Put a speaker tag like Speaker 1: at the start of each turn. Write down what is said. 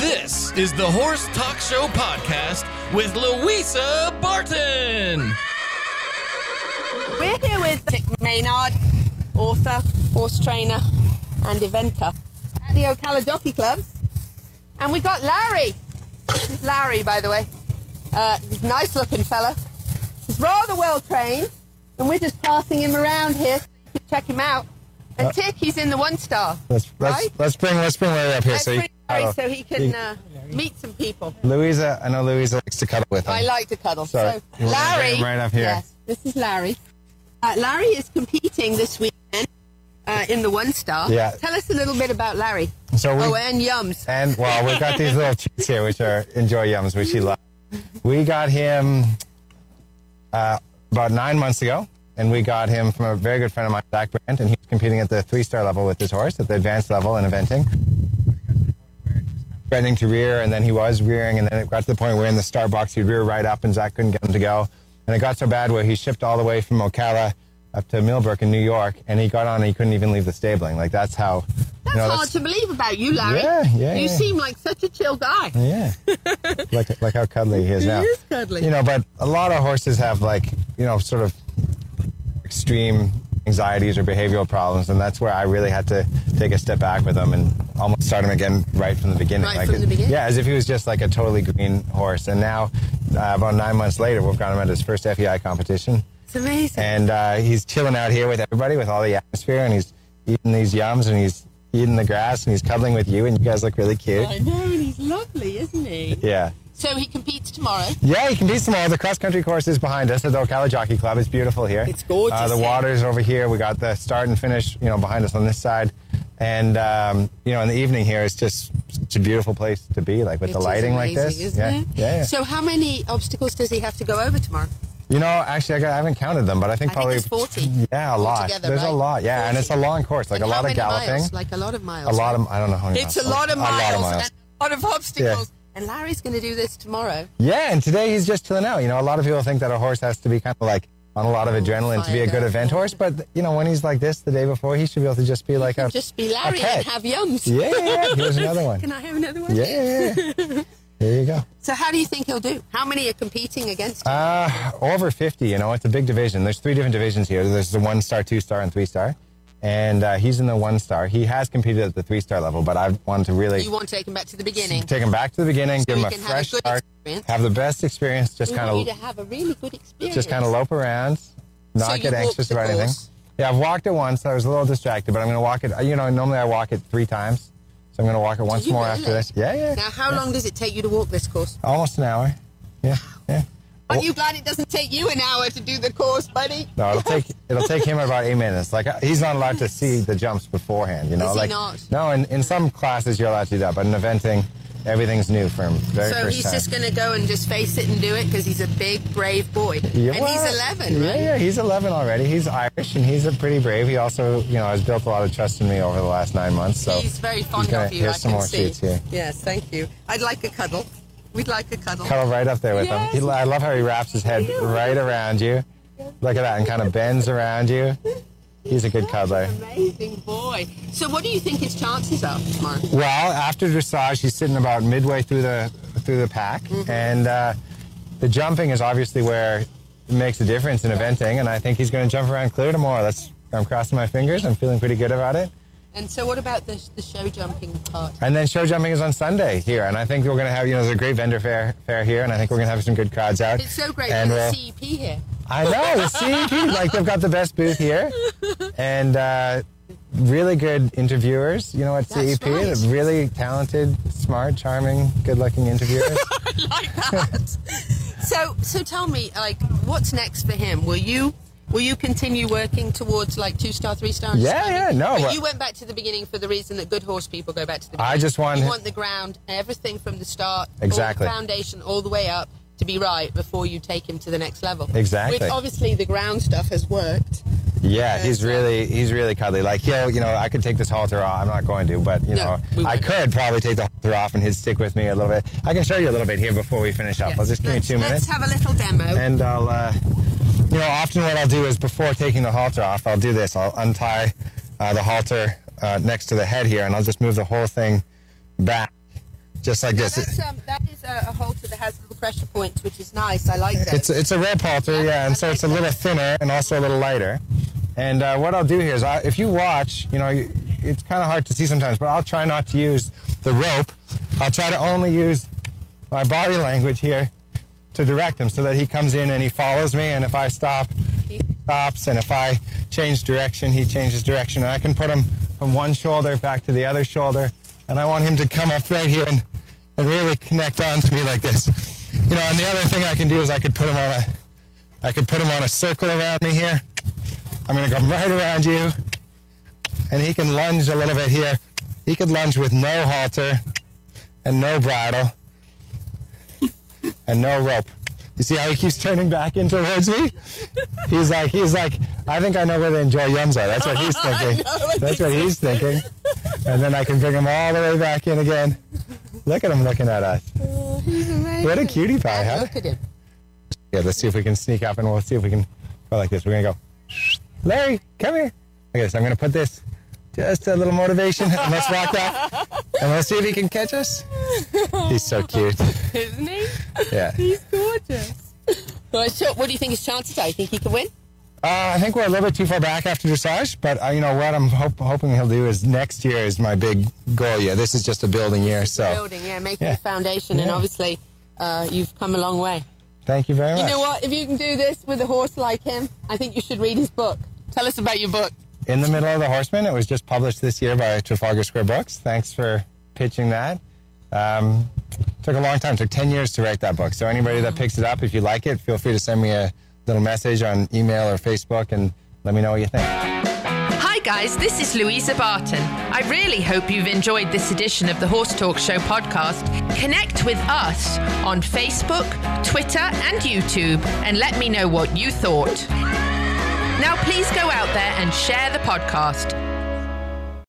Speaker 1: This is the Horse Talk Show podcast with Louisa Barton.
Speaker 2: We're here with Dick Maynard, author, horse trainer, and eventer at the Ocala Jockey Clubs. And we got Larry. This is Larry, by the way. Uh, he's a nice looking fella. He's rather well trained, and we're just passing him around here so you can check him out. And Tick, he's in the one star.
Speaker 3: Let's let's
Speaker 2: Right?
Speaker 3: let's bring let's bring Larry up here.
Speaker 2: Let's
Speaker 3: so, you-
Speaker 2: bring Larry
Speaker 3: oh,
Speaker 2: so he can uh, meet some people.
Speaker 3: Louisa, I know Louisa likes to cuddle with him.
Speaker 2: I like to cuddle.
Speaker 3: Sorry.
Speaker 2: So
Speaker 3: We're gonna bring
Speaker 2: Larry,
Speaker 3: him right up here.
Speaker 2: Yes, this is Larry. Uh, Larry is competing this weekend uh, in the One Star.
Speaker 3: Yeah.
Speaker 2: Tell us a little bit about Larry.
Speaker 3: So we-
Speaker 2: oh, and Yums.
Speaker 3: and well, we've got these little treats here, which are enjoy yums, which he loves. We got him uh, about nine months ago, and we got him from a very good friend of mine, Zach Brandt, and he's competing at the three-star level with his horse at the advanced level in eventing. Threatening to rear, and then he was rearing, and then it got to the point where in the star box he'd rear right up, and Zach couldn't get him to go. And it got so bad where he shipped all the way from Ocala up to Millbrook in New York, and he got on and he couldn't even leave the stabling. Like that's how.
Speaker 2: That's
Speaker 3: you know,
Speaker 2: hard to believe about you, Larry.
Speaker 3: Yeah, yeah,
Speaker 2: You
Speaker 3: yeah.
Speaker 2: seem like such a chill guy.
Speaker 3: Yeah. like, like how cuddly he is now.
Speaker 2: is cuddly.
Speaker 3: You know, but a lot of horses have like, you know, sort of extreme anxieties or behavioral problems. And that's where I really had to take a step back with him and almost start him again right from the beginning.
Speaker 2: Right
Speaker 3: like
Speaker 2: from the beginning?
Speaker 3: Yeah, as if he was just like a totally green horse. And now, uh, about nine months later, we've got him at his first FEI competition.
Speaker 2: It's amazing.
Speaker 3: And uh, he's chilling out here with everybody with all the atmosphere. And he's eating these yums and he's eating the grass and he's cuddling with you. And you guys look really cute.
Speaker 2: I know, and he's lovely, isn't he?
Speaker 3: Yeah.
Speaker 2: So he competes tomorrow.
Speaker 3: Yeah, you can be tomorrow. The cross country course is behind us at the Ocala Jockey Club. It's beautiful here.
Speaker 2: It's gorgeous,
Speaker 3: Uh, the
Speaker 2: yeah.
Speaker 3: water's over here. We got the start and finish, you know, behind us on this side. And um, you know, in the evening here, it's just such a beautiful place to be, like with the
Speaker 2: It is
Speaker 3: lighting like
Speaker 2: amazing,
Speaker 3: this.
Speaker 2: isn't
Speaker 3: yeah.
Speaker 2: it?
Speaker 3: yeah, yeah.
Speaker 2: So how many obstacles does he have to go over tomorrow?
Speaker 3: you know, actually, I, got, I haven't counted them, but I think
Speaker 2: I
Speaker 3: probably
Speaker 2: think it's 40.
Speaker 3: Yeah, a lot.
Speaker 2: altogether,
Speaker 3: There's
Speaker 2: right?
Speaker 3: a lot. Yeah, and
Speaker 2: 40.
Speaker 3: it's a long course, like
Speaker 2: And
Speaker 3: a
Speaker 2: how
Speaker 3: lot of
Speaker 2: many
Speaker 3: galloping,
Speaker 2: Miles? Like a lot of miles.
Speaker 3: a lot of I don't know how many.
Speaker 2: It's a
Speaker 3: miles.
Speaker 2: lot of miles,
Speaker 3: A lot of miles.
Speaker 2: and a lot of obstacles. And Larry's going to do this tomorrow.
Speaker 3: Yeah, and today he's just chilling out. You know, a lot of people think that a horse has to be kind of like on a lot
Speaker 2: Oh,
Speaker 3: of adrenaline to be a good
Speaker 2: fired up,
Speaker 3: event
Speaker 2: yeah.
Speaker 3: horse, but you know, when he's like this the day before, he should be able to just be like a
Speaker 2: Just be Larry
Speaker 3: Okay.
Speaker 2: and have yums.
Speaker 3: yeah, yeah, yeah. Here's another one.
Speaker 2: Can I have another one?
Speaker 3: Yeah, yeah, yeah. There you go.
Speaker 2: So how do you think he'll do? How many are competing against him?
Speaker 3: Uh, over 50, you know, it's a big division. There's three different divisions here. There's the one star, two star, and three star. And uh, he's in the one star. He has competed at the three star level, but I wanted to really
Speaker 2: you want to take him back to the beginning.
Speaker 3: take him back to the beginning, give him
Speaker 2: he
Speaker 3: a
Speaker 2: can have a
Speaker 3: fresh
Speaker 2: good
Speaker 3: start,
Speaker 2: experience.
Speaker 3: have the best experience, just
Speaker 2: We
Speaker 3: kind
Speaker 2: want
Speaker 3: of
Speaker 2: you to have a really good experience.
Speaker 3: just kind of lope around, not
Speaker 2: you
Speaker 3: get
Speaker 2: walked
Speaker 3: anxious
Speaker 2: the
Speaker 3: about anything.
Speaker 2: course?
Speaker 3: Yeah, I've walked it once. I was a little distracted, but I'm going to walk it. uh, You know, normally I walk it three times, so I'm going to walk it once
Speaker 2: you
Speaker 3: more
Speaker 2: really?
Speaker 3: after this. Yeah, yeah.
Speaker 2: Now, how long does it take you to walk this course?
Speaker 3: Almost an hour. Yeah, yeah.
Speaker 2: Aren't you glad it doesn't take you an hour to do the course, buddy?
Speaker 3: No, it'll take it'll take him about eight minutes. Like uh, he's not allowed to see the jumps beforehand. You know,
Speaker 2: Is he
Speaker 3: like
Speaker 2: not?
Speaker 3: no. In, in some classes you're allowed to do that, but in eventing, everything's new for him. Very
Speaker 2: So
Speaker 3: first
Speaker 2: he's
Speaker 3: time.
Speaker 2: just going to go and just face it and do it because he's a big, brave boy.
Speaker 3: Yeah,
Speaker 2: and
Speaker 3: well,
Speaker 2: he's 11,
Speaker 3: Yeah,
Speaker 2: right?
Speaker 3: yeah, he's 11 already. He's Irish and he's a pretty brave. He also, you know, has built a lot of trust in me over the last nine months. So
Speaker 2: he's very fond
Speaker 3: he's gonna-
Speaker 2: of you,
Speaker 3: Here's
Speaker 2: I
Speaker 3: some
Speaker 2: can
Speaker 3: more
Speaker 2: see.
Speaker 3: treats here.
Speaker 2: Yes, thank you. I'd like a cuddle. We'd like a cuddle.
Speaker 3: Cuddle right up there with him. He,
Speaker 2: Yes.
Speaker 3: I love how he wraps his head right around you. Look at that, and kind of bends around you. He's a good cuddler.
Speaker 2: Amazing boy. So what do you think his chances are tomorrow?
Speaker 3: Well, after dressage, he's sitting about midway through the through the pack, and uh, the jumping is obviously where it makes a difference in eventing. And I think he's going to jump around clear tomorrow. That's I'm crossing my fingers. I'm feeling pretty good about it.
Speaker 2: And so what about the, the show jumping part?
Speaker 3: And then show jumping is on Sunday here, and I think we're going to have you know there's a great vendor fair fair here, and I think we're going to have some good crowds out.
Speaker 2: It's so great
Speaker 3: And uh,
Speaker 2: having
Speaker 3: we'll-
Speaker 2: the CEP here.
Speaker 3: I know the CEP, like they've got the best booth here, and uh, really good interviewers. You know at
Speaker 2: That's
Speaker 3: CEP,
Speaker 2: right.
Speaker 3: they're really talented, smart, charming, good-looking interviewers.
Speaker 2: like that. so so tell me, like, what's next for him? Will you will you continue working towards like two star, three star? and
Speaker 3: Yeah,
Speaker 2: starting?
Speaker 3: yeah, no,
Speaker 2: But
Speaker 3: but-
Speaker 2: you went back to the beginning for the reason that good horse people go back to the. beginning.
Speaker 3: I just want
Speaker 2: you
Speaker 3: him-
Speaker 2: want the ground, everything from the start, all
Speaker 3: Exactly.
Speaker 2: the foundation all the way up to be right before you take him to the next level.
Speaker 3: Exactly.
Speaker 2: Which obviously the ground stuff has worked.
Speaker 3: Yeah, he's
Speaker 2: uh,
Speaker 3: really he's really cuddly. Like he'll you know I could take this halter off. I'm not going to, but you
Speaker 2: No, we
Speaker 3: know I
Speaker 2: wouldn't.
Speaker 3: could probably take the halter off and he'd stick with me a little bit. I can show you a little bit here before we finish up. I'll just give you
Speaker 2: Let's-
Speaker 3: two minutes,
Speaker 2: Let's have a little demo.
Speaker 3: and I'll uh, you know often what I'll do is before taking the halter off, I'll do this. I'll untie uh, the halter uh, next to the head here, and I'll just move the whole thing back just like
Speaker 2: Now,
Speaker 3: this.
Speaker 2: that's, um, that is a, a halter that has little pressure points, which is nice. I like that.
Speaker 3: It's it's a rip halter, yeah, and so it's a little thinner and also a little lighter. And uh, what I'll do here is, I, if you watch, you know, you, it's kind of hard to see sometimes, but I'll try not to use the rope. I'll try to only use my body language here to direct him, so that he comes in and he follows me. And if I stop, he stops. And if I change direction, he changes direction. And I can put him from one shoulder back to the other shoulder. And I want him to come up right here and, and really connect on to me like this. You know, and the other thing I can do is I could put him on a I could put him on a circle around me here. I'm gonna come right around you. And he can lunge a little bit here. He could lunge with no halter and no bridle and no rope. You see how he keeps turning back in towards me? He's like, he's like, I think I know where the enjoy yums are. That's what he's thinking. That's what he's thinking. And then I can bring him all the way back in again. Look at him looking at us. What a cutie pie, huh?
Speaker 2: Look at him.
Speaker 3: Yeah, let's see if we can sneak up and we'll see if we can go like this. We're gonna go, Larry, come here. Okay, so I'm gonna put this just a little motivation and let's walk off and we'll see if he can catch us. He's so cute.
Speaker 2: Isn't he?
Speaker 3: Yeah.
Speaker 2: Gorgeous. Well, so what do you think his chances are? You think he could win?
Speaker 3: Uh, I think we're a little bit too far back after dressage, but uh, you know what I'm hop- hoping he'll do is next year is my big goal. Yeah, this is just a building year, so
Speaker 2: Building, yeah, making
Speaker 3: Yeah.
Speaker 2: a foundation, and
Speaker 3: Yeah.
Speaker 2: obviously, uh, you've come a long way.
Speaker 3: thank you very
Speaker 2: You
Speaker 3: much.
Speaker 2: know what? If you can do this with a horse like him, I think you should read his book. Tell us about your book.
Speaker 3: In the Middle of the Horseman. It was just published this year by Trafalgar Square Books. Thanks for pitching that. Um, took a long time. Took ten years to write that book. So anybody that picks it up, if you like it, feel free to send me a little message on email or Facebook and let me know what you think.
Speaker 4: Hi, guys, this is Louisa Barton. I really hope you've enjoyed this edition of the Horse Talk Show podcast. Connect with us on Facebook, Twitter, and YouTube and let me know what you thought. Now, please go out there and share the podcast.